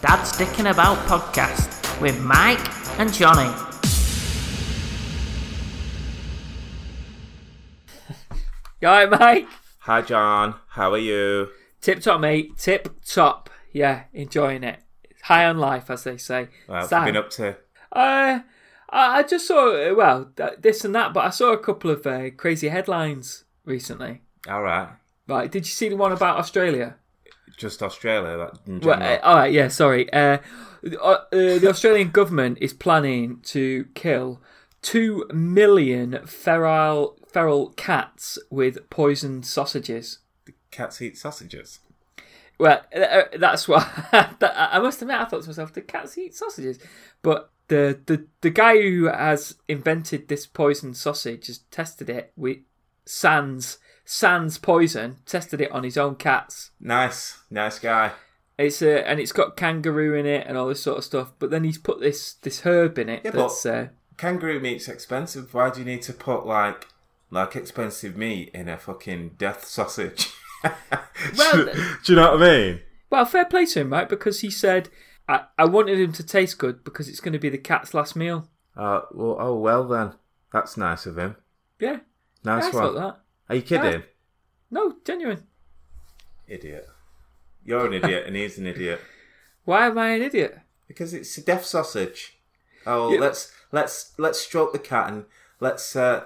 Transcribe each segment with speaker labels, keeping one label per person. Speaker 1: That Sticking About podcast with Mike and Johnny. You alright, Mike?
Speaker 2: Hi, John. How are you?
Speaker 1: Tip top, mate. Tip top. Yeah, enjoying it. High on life, as they say.
Speaker 2: Well,
Speaker 1: Sam,
Speaker 2: I've been up to.
Speaker 1: uh, I I just saw, uh, well, th- this and that, but I saw a couple of uh, crazy headlines recently.
Speaker 2: All right.
Speaker 1: Right, did you see the one about Australia?
Speaker 2: Just Australia. That, in
Speaker 1: Well,
Speaker 2: general.
Speaker 1: uh, all right, yeah, sorry. Uh, uh, uh, the Australian government is planning to kill two million feral feral cats with poisoned sausages.
Speaker 2: Cats eat sausages.
Speaker 1: Well, uh, uh, that's what that, I must admit. I thought to myself, do cats eat sausages? But the, the the guy who has invented this poisoned sausage has tested it with sans sans poison. Tested it on his own cats.
Speaker 2: Nice. Nice guy.
Speaker 1: It's a, and it's got kangaroo in it and all this sort of stuff. But then he's put this this herb in it
Speaker 2: Yeah, but-
Speaker 1: that's uh,
Speaker 2: Kangaroo meat's expensive. Why do you need to put, like, like expensive meat in a fucking death sausage?
Speaker 1: Well,
Speaker 2: do, do you know what I mean?
Speaker 1: well, fair play to him, right? Because he said I, I wanted him to taste good because it's going to be the cat's last meal.
Speaker 2: Uh, well, oh, well then. That's nice of him.
Speaker 1: Yeah,
Speaker 2: Nice
Speaker 1: I
Speaker 2: one.
Speaker 1: thought that.
Speaker 2: Are you kidding?
Speaker 1: No, genuine.
Speaker 2: Idiot. You're an idiot, and he's an idiot.
Speaker 1: Why am I an idiot?
Speaker 2: Because it's a death sausage. Oh,
Speaker 1: Yeah.
Speaker 2: let's let's let's stroke the cat and let's uh,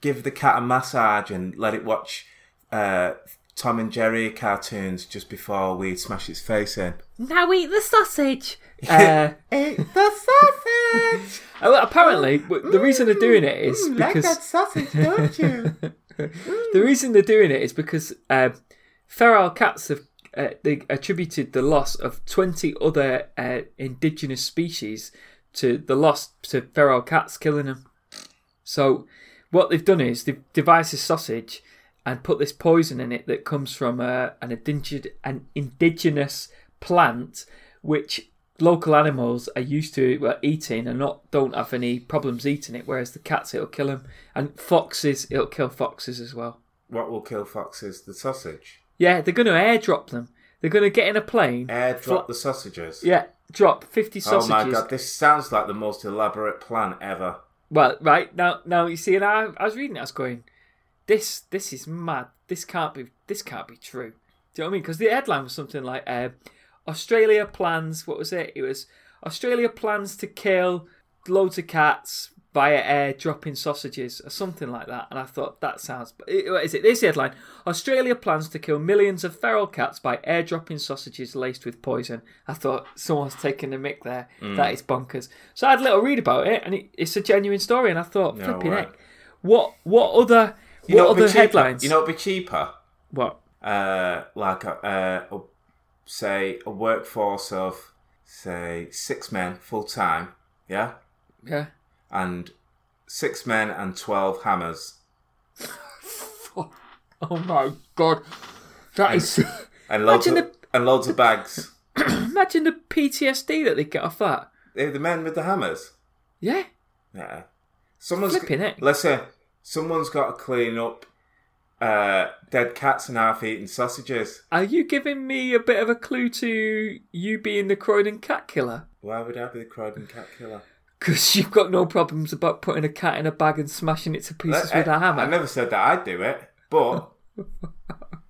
Speaker 2: give the cat a massage and let it watch uh, Tom and Jerry cartoons just before we smash its face in.
Speaker 1: Now eat the sausage. Uh,
Speaker 2: Eat the sausage.
Speaker 1: oh, apparently, w- the reason they're doing it is
Speaker 2: Mm,
Speaker 1: because
Speaker 2: sausage, don't you?
Speaker 1: the reason they're doing it is because um feral cats have uh, they attributed the loss of twenty other uh, indigenous species to the loss to feral cats killing them. So, what they've done is they've devised this sausage and put this poison in it that comes from uh, an, indig- an indigenous plant, which local animals are used to well, eating and not don't have any problems eating it. Whereas the cats, it'll kill them, and foxes, it'll kill foxes as well.
Speaker 2: what will kill foxes? The sausage.
Speaker 1: Yeah, they're going to airdrop them. They're going to get in a plane.
Speaker 2: Airdrop
Speaker 1: fly-
Speaker 2: the sausages.
Speaker 1: yeah, drop fifty
Speaker 2: Oh
Speaker 1: sausages.
Speaker 2: my god, this sounds like the most elaborate plan ever.
Speaker 1: Well, right now, now you see, and I, I was reading, it, I was going, this, this is mad. This can't be, this can't be true. Do you know what I mean? Because the headline was something like, uh, Australia plans. What was it? It was Australia plans to kill loads of cats via air dropping sausages or something like that. And I thought that sounds. eh, What is it? This is the headline: Australia plans to kill millions of feral cats by air dropping sausages laced with poison. I thought someone's taking the mick there.
Speaker 2: Mm.
Speaker 1: That is bonkers. So I had a little read about it, and it, it's a genuine story. And I thought,
Speaker 2: No
Speaker 1: flipping
Speaker 2: way.
Speaker 1: heck, what what other
Speaker 2: You know
Speaker 1: what
Speaker 2: what'd be
Speaker 1: other
Speaker 2: cheaper?
Speaker 1: headlines?
Speaker 2: You know, it'd be cheaper.
Speaker 1: what?
Speaker 2: uh, like a, uh, a- say a workforce of say six men full time, yeah,
Speaker 1: Yeah.
Speaker 2: and six men and twelve hammers,
Speaker 1: Oh my god, that is.
Speaker 2: and loads
Speaker 1: Imagine
Speaker 2: of, and loads of bags.
Speaker 1: Imagine the PTSD that they get off that.
Speaker 2: They're the men with the hammers.
Speaker 1: Yeah.
Speaker 2: Yeah, someone's
Speaker 1: Flipping heck.
Speaker 2: Let's say someone's got to clean up uh, dead cats and half-eaten sausages.
Speaker 1: Are you giving me a bit of a clue to you being the Croydon cat killer?
Speaker 2: Why would I be the Croydon cat killer?
Speaker 1: Because you've got no problems about putting a cat in a bag and smashing it to pieces
Speaker 2: Uh, I-
Speaker 1: with a hammer.
Speaker 2: I never said that I'd do it, but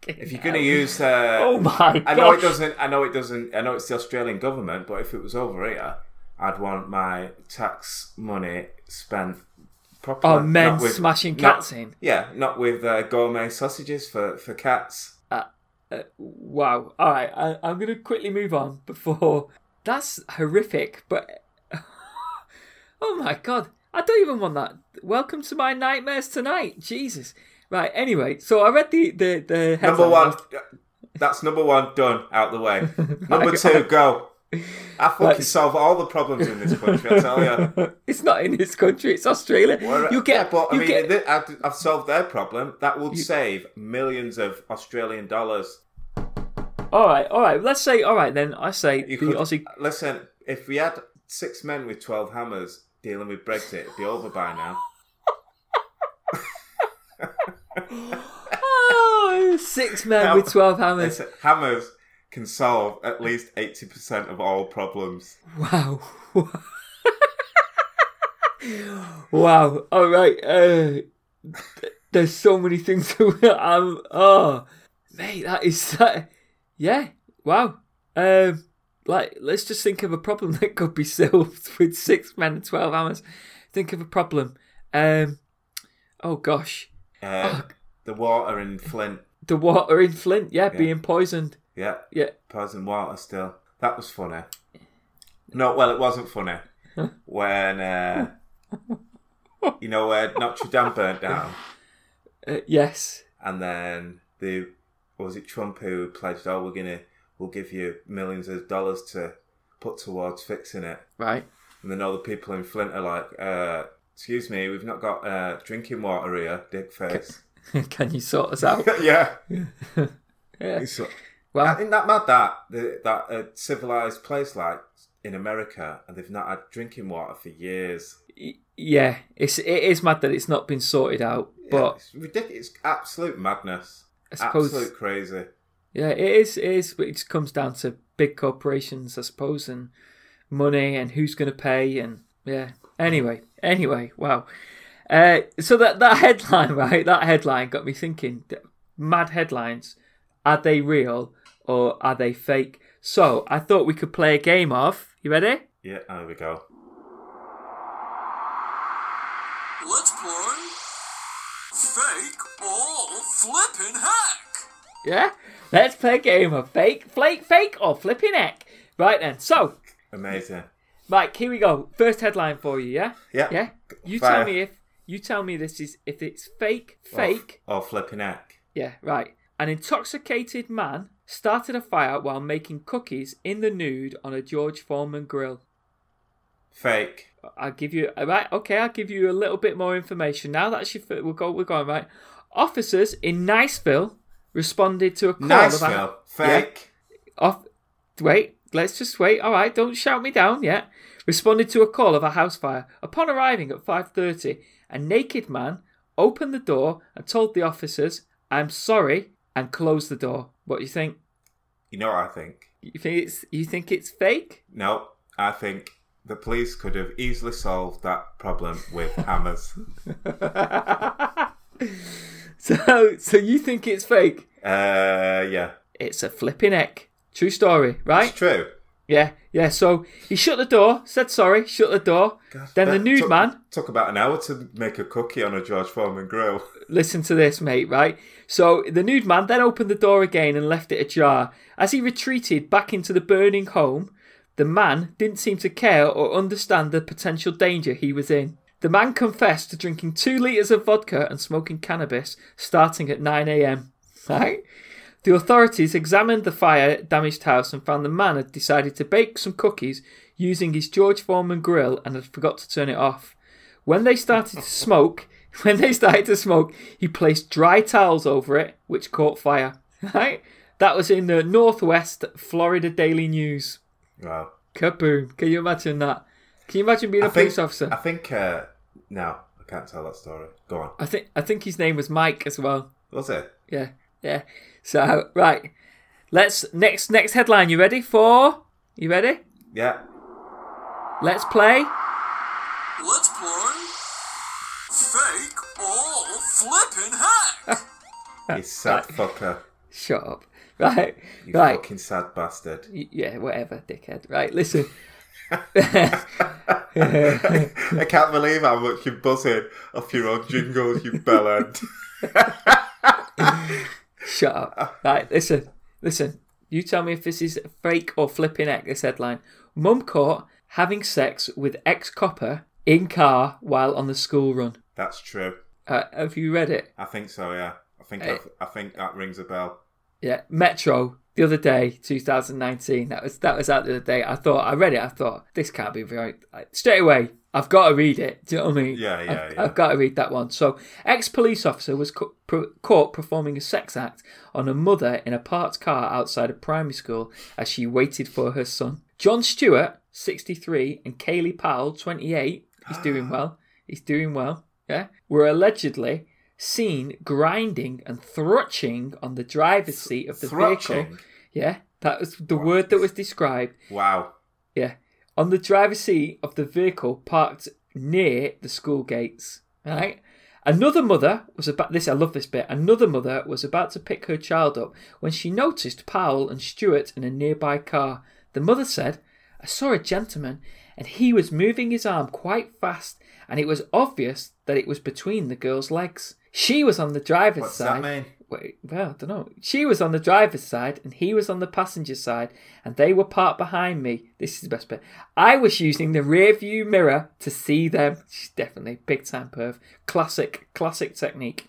Speaker 2: if you're going to use uh,
Speaker 1: Oh my
Speaker 2: I know it
Speaker 1: gosh.
Speaker 2: doesn't. I know it doesn't. I know it's the Australian government, but if it was over here, I'd want my tax money spent properly.
Speaker 1: On Oh, men
Speaker 2: not with-
Speaker 1: smashing
Speaker 2: not-
Speaker 1: cats in.
Speaker 2: Yeah, not with uh, gourmet sausages for for cats.
Speaker 1: Uh, wow. All right. I, I'm going to quickly move on before. That's horrific, but. oh my god. I don't even want that. Welcome to my nightmares tonight. Jesus. Right. Anyway, so I read the. the, the
Speaker 2: Number
Speaker 1: headline.
Speaker 2: one. uh, That's number one done out the way. Number two, go. I fucking
Speaker 1: Let's-
Speaker 2: solve all the problems in this country. I tell you.
Speaker 1: it's not in this country. It's Australia.
Speaker 2: Where-
Speaker 1: you get,
Speaker 2: yeah, but I
Speaker 1: you
Speaker 2: mean,
Speaker 1: get.
Speaker 2: th- I've, I've solved their problem. That would save millions of Australian dollars.
Speaker 1: All right, all right. Let's say, all right then. I say the
Speaker 2: You could,
Speaker 1: Aussie.
Speaker 2: Listen, if we had six men with 12 hammers dealing with Brexit, it'd be over by now.
Speaker 1: Oh, six men with twelve hammers.
Speaker 2: Listen, hammers. can solve at least 80% of all problems.
Speaker 1: Wow. wow. All right. Uh, th- there's so many things that I'm. Oh, mate, that is that. Yeah. Wow. Um, like, let's just think of a problem that could be solved with six men and twelve hammers. Think of a problem. Um, oh gosh,
Speaker 2: Uh, The water in Flint.
Speaker 1: the water in Flint. Yeah, being poisoned.
Speaker 2: Yeah,
Speaker 1: Yeah.
Speaker 2: poison water still. That was funny. No, well, it wasn't funny. When, uh, you know, where Notre Dame burnt down.
Speaker 1: Uh, yes.
Speaker 2: and then the or was it Trump who pledged, "Oh, we're gonna we'll give you millions of dollars to put towards fixing it,"
Speaker 1: Right.
Speaker 2: and then all the people in Flint are like, uh, "Excuse me, we've not got uh, drinking water here, dick face."
Speaker 1: Can you sort us out?
Speaker 2: yeah,
Speaker 1: Yeah. Um,
Speaker 2: So- I
Speaker 1: Well,
Speaker 2: think that mad that that that a civilized place like in America, and they've not had drinking water for years.
Speaker 1: y- yeah. It's it is mad that it's not been sorted out,
Speaker 2: Yeah,
Speaker 1: but
Speaker 2: it's ridiculous, it's absolute madness,
Speaker 1: I suppose
Speaker 2: absolute crazy.
Speaker 1: Yeah, it is. It is, but it just comes down to big corporations, I suppose, and money and who's going to pay, and yeah. Anyway, anyway, wow. Uh, so that that headline, right? That headline got me thinking. that Mad headlines. Are they real or are they fake? So I thought we could play a game of. You ready?
Speaker 2: Yeah, there we go.
Speaker 3: Let's play fake or flippin' hack.
Speaker 1: Yeah. Let's play a game of fake, flake, fake, or flipping heck. Right then. So,
Speaker 2: Amazing.
Speaker 1: Mike, here we go. First headline for you. Yeah.
Speaker 2: Yeah,
Speaker 1: Yeah. You
Speaker 2: Fire.
Speaker 1: tell me if you tell me this is if it's fake, fake.
Speaker 2: or, or flipping heck.
Speaker 1: Yeah, right. An intoxicated man started a fire while making cookies in the nude on a George Foreman grill.
Speaker 2: Fake.
Speaker 1: I'll give you uh, right. Okay, I'll give you a little bit more information now. That's your. fir- We'll go. We're going right. Officers in Niceville responded to a call
Speaker 2: Nice
Speaker 1: about
Speaker 2: Phil. Fake.
Speaker 1: off. Wait, let's just wait. All right, don't shout me down yet. Responded to a call of a house fire. Upon arriving at 5:30, a naked man opened the door and told the officers, "I'm sorry," and closed the door. What do you think?
Speaker 2: You know what I think?
Speaker 1: You think it's you think it's fake?
Speaker 2: No, I think the police could have easily solved that problem with hammers.
Speaker 1: so, so you think it's fake?
Speaker 2: Uh, yeah,
Speaker 1: It's a flipping heck. True story, right?
Speaker 2: it's true.
Speaker 1: Yeah, yeah. So he shut the door, said sorry, shut the door. then the
Speaker 2: That
Speaker 1: nude
Speaker 2: took-
Speaker 1: man
Speaker 2: took about an hour to make a cookie on a George Foreman grill.
Speaker 1: Listen to this, mate, right? So the nude man then opened the door again and left it ajar. As he retreated back into the burning home, the man didn't seem to care or understand the potential danger he was in. The man confessed to drinking two litres of vodka and smoking cannabis starting at 9 a.m. Right? The authorities examined the fire damaged house and found the man had decided to bake some cookies using his George Foreman grill and had forgot to turn it off. When they started to smoke, when they started to smoke, he placed dry towels over it, which caught fire. Right? That was in the Northwest Florida Daily News.
Speaker 2: Wow.
Speaker 1: Kaboom! Can you imagine that? Can you imagine being a
Speaker 2: I think-
Speaker 1: police officer?
Speaker 2: I think. Uh, no, I can't tell that story. Go on.
Speaker 1: I think I think his name was Mike as well.
Speaker 2: Was it?
Speaker 1: Yeah, yeah. So right, let's next next headline. You ready for? You ready?
Speaker 2: Yeah.
Speaker 1: Let's play.
Speaker 3: Let's play fake or flippin' hack.
Speaker 1: Uh,
Speaker 2: You sad fucker.
Speaker 1: Shut up. Right,
Speaker 2: You
Speaker 1: right.
Speaker 2: fucking sad bastard.
Speaker 1: Y- Yeah, whatever, dickhead. Right, listen.
Speaker 2: I can't believe how much you're buzzing off your own jingles, you bellend.
Speaker 1: Shut
Speaker 2: Ah.
Speaker 1: up. Right, listen, listen. You tell me if this is fake or flipping heck, this headline. Mum caught having sex with ex copper in car while on the school run.
Speaker 2: That's true.
Speaker 1: Uh, have you read it?
Speaker 2: I think so. Yeah, I think
Speaker 1: Hey.
Speaker 2: I've, I think that rings a bell.
Speaker 1: Yeah, Metro the other day, 2019. That was that was out the other day. I thought I read it. I thought this can't be right. I- Straight away, I've got to read it. Do you know what I mean?
Speaker 2: Yeah, yeah,
Speaker 1: I've,
Speaker 2: yeah.
Speaker 1: I've got to read that one. So, ex police officer was cu- pr- caught performing a sex act on a mother in a parked car outside a primary school as she waited for her son. John Stewart, 63, and Kaylee Powell, 28. He's doing well. He's doing well. Yeah, were allegedly seen grinding and thrutching on the driver's seat of the vehicle.
Speaker 2: Thrutching.
Speaker 1: Yeah, That was the word that was described.
Speaker 2: Wow.
Speaker 1: Yeah. On the driver's seat of the vehicle parked near the school gates. Right? Another mother was about this I love this bit. Another mother was about to pick her child up when she noticed Powell and Stewart in a nearby car. The mother said, I saw a gentleman and he was moving his arm quite fast and it was obvious that it was between the girl's legs. She was on the driver's
Speaker 2: What's
Speaker 1: side.
Speaker 2: that mean?
Speaker 1: Wait, well, I don't know. She was on the driver's side and he was on the passenger side, and they were parked behind me. This is the best bit. I was using the rear view mirror to see them. She's definitely big time perv. Classic, classic technique.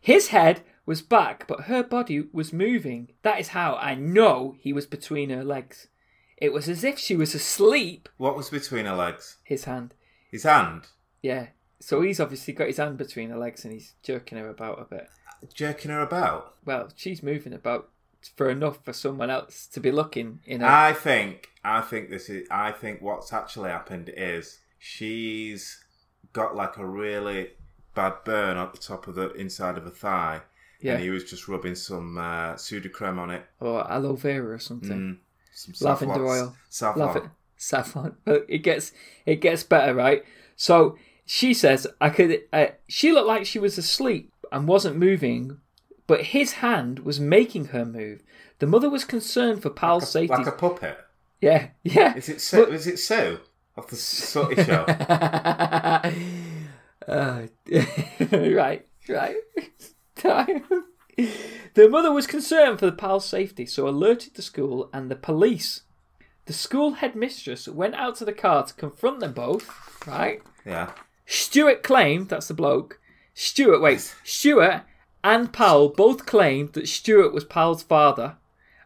Speaker 1: His head was back, but her body was moving. That is how I know he was between her legs. It was as if she was asleep.
Speaker 2: What was between her legs?
Speaker 1: His hand.
Speaker 2: His hand.
Speaker 1: Yeah. So he's obviously got his hand between her legs and he's jerking her about a bit.
Speaker 2: Jerking her about.
Speaker 1: well, she's moving about for enough for someone else to be looking, you know.
Speaker 2: I think I think this is I think what's actually happened is she's got like a really bad burn on the top of the inside of her thigh.
Speaker 1: yeah.
Speaker 2: And he was just rubbing some uh, pseudocreme on it.
Speaker 1: or aloe vera or something.
Speaker 2: Mm, some
Speaker 1: Lavender
Speaker 2: safflon-
Speaker 1: oil.
Speaker 2: Safflon.
Speaker 1: Love it. Saffron. But it gets it gets better, right? So she says I could uh, she looked like she was asleep and wasn't moving, but his hand was making her move. The mother was concerned for Pal's safety.
Speaker 2: Like a puppet.
Speaker 1: yeah. Yeah.
Speaker 2: Is it Sue? Is it Sue? Of the Sooty Show.
Speaker 1: Uh, right, right. the mother was concerned for the pal's safety, so alerted the school and the police. The school headmistress went out to the car to confront them both, right?
Speaker 2: Yeah.
Speaker 1: Stewart claimed that's the bloke. Stewart, wait, Stewart and Powell both claimed that Stewart was Powell's father,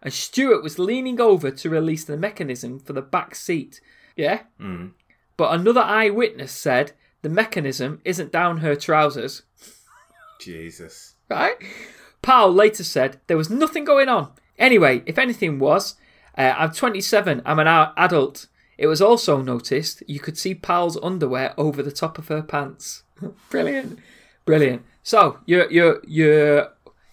Speaker 1: and Stewart was leaning over to release the mechanism for the back seat. Yeah. But another eyewitness said the mechanism isn't down her trousers.
Speaker 2: Jesus.
Speaker 1: Right. Powell later said there was nothing going on. Anyway, if anything was, uh, I'm 27. I'm an a- adult. It was also noticed you could see Powell's underwear over the top of her pants. Brilliant, brilliant. So you're you're you're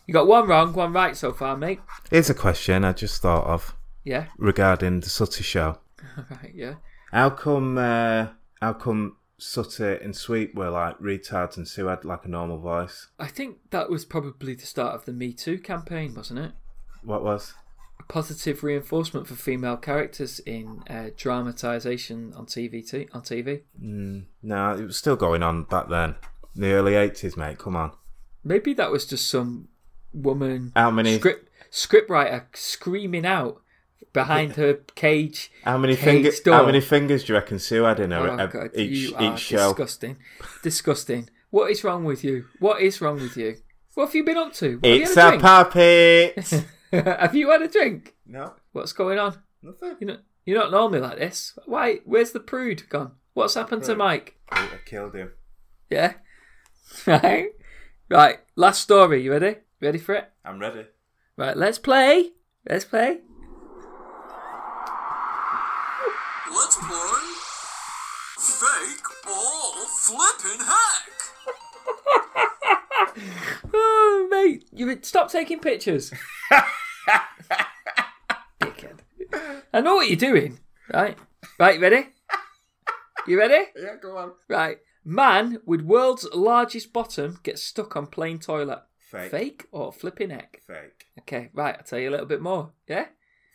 Speaker 1: you got one wrong, one right so far, mate.
Speaker 2: Here's a question I just thought of
Speaker 1: Yeah,
Speaker 2: regarding the Sooty Show.
Speaker 1: right, yeah.
Speaker 2: How come? Uh, how come Sooty and Sweet were like retards, and Sue had like a normal voice?
Speaker 1: I think that was probably the start of the Me Too campaign, wasn't it?
Speaker 2: What was?
Speaker 1: Positive reinforcement for female characters in uh, dramatization on TV t- on TV.
Speaker 2: No, it was still going on back then. The early eighties, mate. Come on.
Speaker 1: Maybe that was just some woman
Speaker 2: How many?
Speaker 1: script scriptwriter screaming out behind her cage.
Speaker 2: How many
Speaker 1: cage
Speaker 2: fingers?
Speaker 1: door.
Speaker 2: How many fingers do you reckon Sue had in her
Speaker 1: Oh
Speaker 2: uh,
Speaker 1: god,
Speaker 2: each
Speaker 1: you are
Speaker 2: each show?
Speaker 1: disgusting, disgusting. What is wrong with you? What is wrong with you? What have you been up to? What,
Speaker 2: It's
Speaker 1: have
Speaker 2: a
Speaker 1: you had
Speaker 2: puppet.
Speaker 1: a drink? have you had a drink?
Speaker 2: no,
Speaker 1: What's going on?
Speaker 2: nothing.
Speaker 1: You know, you're not normally like this. Why? Where's the prude gone? What's happened to
Speaker 2: Right.
Speaker 1: Mike?
Speaker 2: I killed him.
Speaker 1: Yeah, right, right. Last story. You ready? Ready for it?
Speaker 2: I'm ready.
Speaker 1: Right. Let's play. Let's play.
Speaker 3: Let's play fake or flippin' hack.
Speaker 1: Oh, mate, you stop taking pictures. Dickhead. I know what you're doing. Right. Right, ready? You ready?
Speaker 2: Yeah, go on.
Speaker 1: Right. Man with world's largest bottom gets stuck on plane toilet.
Speaker 2: Fake.
Speaker 1: Fake or flipping egg?
Speaker 2: Fake.
Speaker 1: Okay, right, I'll tell you a little bit more. Yeah?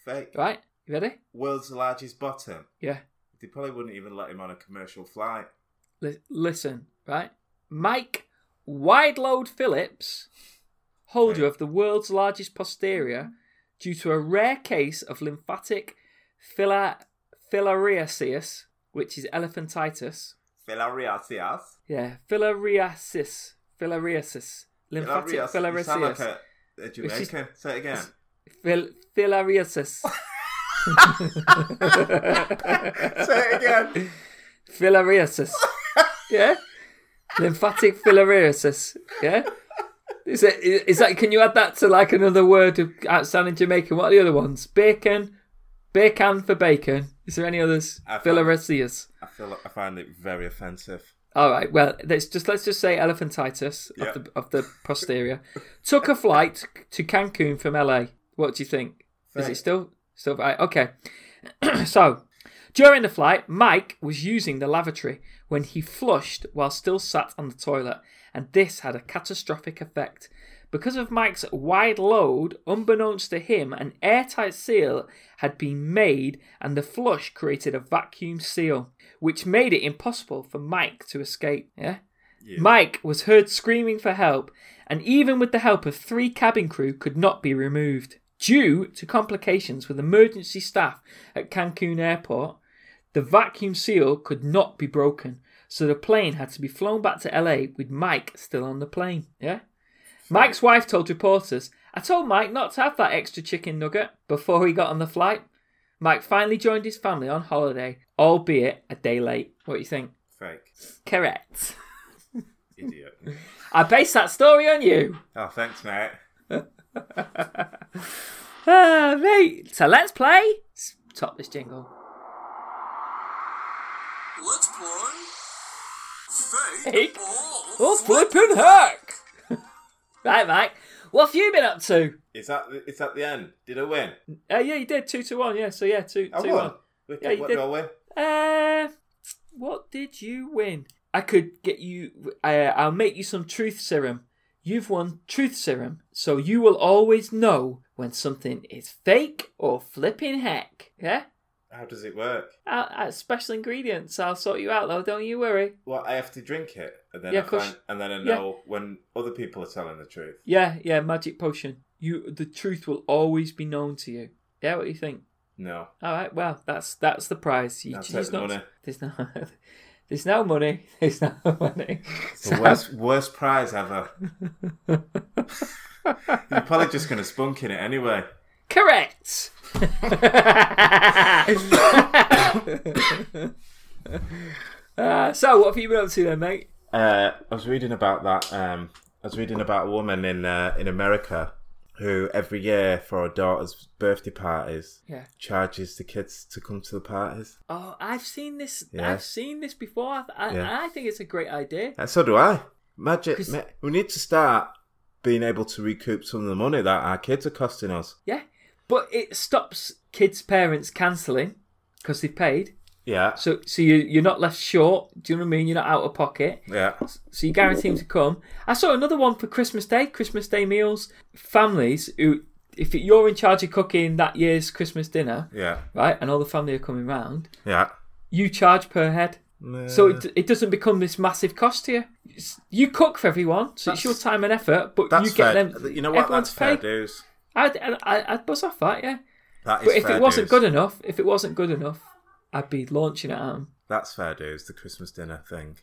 Speaker 2: Fake.
Speaker 1: Right? You ready?
Speaker 2: World's largest bottom.
Speaker 1: Yeah.
Speaker 2: They probably wouldn't even let him on a commercial flight.
Speaker 1: Li- listen, right? Mike Wideload Phillips, holder
Speaker 2: Right.
Speaker 1: of the world's largest posterior, due to a rare case of lymphatic phila- filariasis, which is elephantitis.
Speaker 2: Filariasis.
Speaker 1: Yeah, filariasis. Filariasis. Lymphatic
Speaker 2: Filariasis. You sound like
Speaker 1: filariasis.
Speaker 2: a, a
Speaker 1: is-
Speaker 2: Jamaican. Say it again.
Speaker 1: Fil- filariasis.
Speaker 2: Say it again.
Speaker 1: filariasis. yeah? Lymphatic filariasis. Yeah? Is it? Is that? Can you add that to like another word of outstanding Jamaican? What are the other ones? Bacon, bacon for bacon. Is there any others?
Speaker 2: I found-
Speaker 1: Filariasis.
Speaker 2: I feel like I find it very offensive.
Speaker 1: All right. Well, let's just let's just say elephantitis
Speaker 2: Yeah.
Speaker 1: of the of the posterior. Took a flight to Cancun from LA. What do you think? Is
Speaker 2: Fake.
Speaker 1: it still So right, okay. so during the flight, Mike was using the lavatory when he flushed while still sat on the toilet, and this had a catastrophic effect. Because of Mike's wide load, unbeknownst to him, an airtight seal had been made, and the flush created a vacuum seal, which made it impossible for Mike to escape. Yeah? Mike was heard screaming for help, and even with the help of three cabin crew, could not be removed. Due to complications with emergency staff at Cancun Airport, the vacuum seal could not be broken, so the plane had to be flown back to LA with Mike still on the plane. Yeah? Mike's wife told reporters, I told Mike not to have that extra chicken nugget before he got on the flight. Mike finally joined his family on holiday, albeit a day late. What do you think?
Speaker 2: Fake.
Speaker 1: Correct.
Speaker 2: Idiot.
Speaker 1: I based that story on you.
Speaker 2: oh, thanks, mate.
Speaker 1: Ah, mate. So let's play. Let's top this jingle.
Speaker 3: Let's play Fake
Speaker 1: Fake
Speaker 3: or
Speaker 1: Oh, flipping heck! right, Mike. What have you been up to?
Speaker 2: Is that is that the end? Did I win?
Speaker 1: Uh, yeah, you did two to one. Yeah, so yeah, two
Speaker 2: I
Speaker 1: two
Speaker 2: won.
Speaker 1: one.
Speaker 2: Wicked.
Speaker 1: Yeah, you
Speaker 2: what
Speaker 1: did.
Speaker 2: do I win?
Speaker 1: Uh, what did you win? I could get you. Uh, I'll make you some truth serum. You've won truth serum, so you will always know when something is fake or flipping heck. Yeah,
Speaker 2: How does it work?
Speaker 1: Uh uh special ingredients. I'll sort you out though. Don't you worry.
Speaker 2: Well, I have to drink it, and then
Speaker 1: Yeah,
Speaker 2: I
Speaker 1: of course.
Speaker 2: find, and then I
Speaker 1: Yeah.
Speaker 2: know when other people are telling the truth.
Speaker 1: Yeah, yeah, magic potion. You, the truth will always be known to you. Yeah, what do you think?
Speaker 2: No,
Speaker 1: All right, well, that's that's the prize. You
Speaker 2: I'll
Speaker 1: choose
Speaker 2: take the
Speaker 1: not-
Speaker 2: money.
Speaker 1: There's no, there's no money. There's no money.
Speaker 2: It's the worst worst prize ever. You're probably just gonna spunk in it anyway.
Speaker 1: Correct. Uh, so, what have you been up to then, mate?
Speaker 2: Uh, I was reading about that. Um, I was reading about a woman in uh, in America who every year for her daughter's birthday parties
Speaker 1: Yeah.
Speaker 2: charges the kids to come to the parties.
Speaker 1: Oh, I've seen this.
Speaker 2: Yeah.
Speaker 1: I've seen this before. I, I,
Speaker 2: Yeah.
Speaker 1: I think it's a great idea.
Speaker 2: And so do I. Magic.
Speaker 1: 'Cause-
Speaker 2: ma- We need to start being able to recoup some of the money that our kids are costing us.
Speaker 1: Yeah, but it stops kids' parents cancelling because they've paid.
Speaker 2: Yeah.
Speaker 1: So, so you you're not left short. Do you know what I mean? You're not out of pocket.
Speaker 2: Yeah.
Speaker 1: So you guarantee them to come. I saw another one for Christmas Day, Christmas Day meals. Families who, if you're in charge of cooking that year's Christmas dinner,
Speaker 2: Yeah.
Speaker 1: right, and all the family are coming round,
Speaker 2: Yeah.
Speaker 1: you charge per head. So it, it doesn't become this massive cost to you. It's- You cook for everyone, so it's your time and effort, but
Speaker 2: that's
Speaker 1: you get
Speaker 2: fair.
Speaker 1: them.
Speaker 2: You know what?
Speaker 1: everyone's
Speaker 2: That's fair
Speaker 1: paid.
Speaker 2: dues.
Speaker 1: I'd, I'd, I'd buzz off that, yeah.
Speaker 2: That is
Speaker 1: But if
Speaker 2: fair
Speaker 1: it wasn't
Speaker 2: dues.
Speaker 1: good enough, if it wasn't good enough, I'd be launching at 'em.
Speaker 2: that's fair dues. The Christmas dinner thing.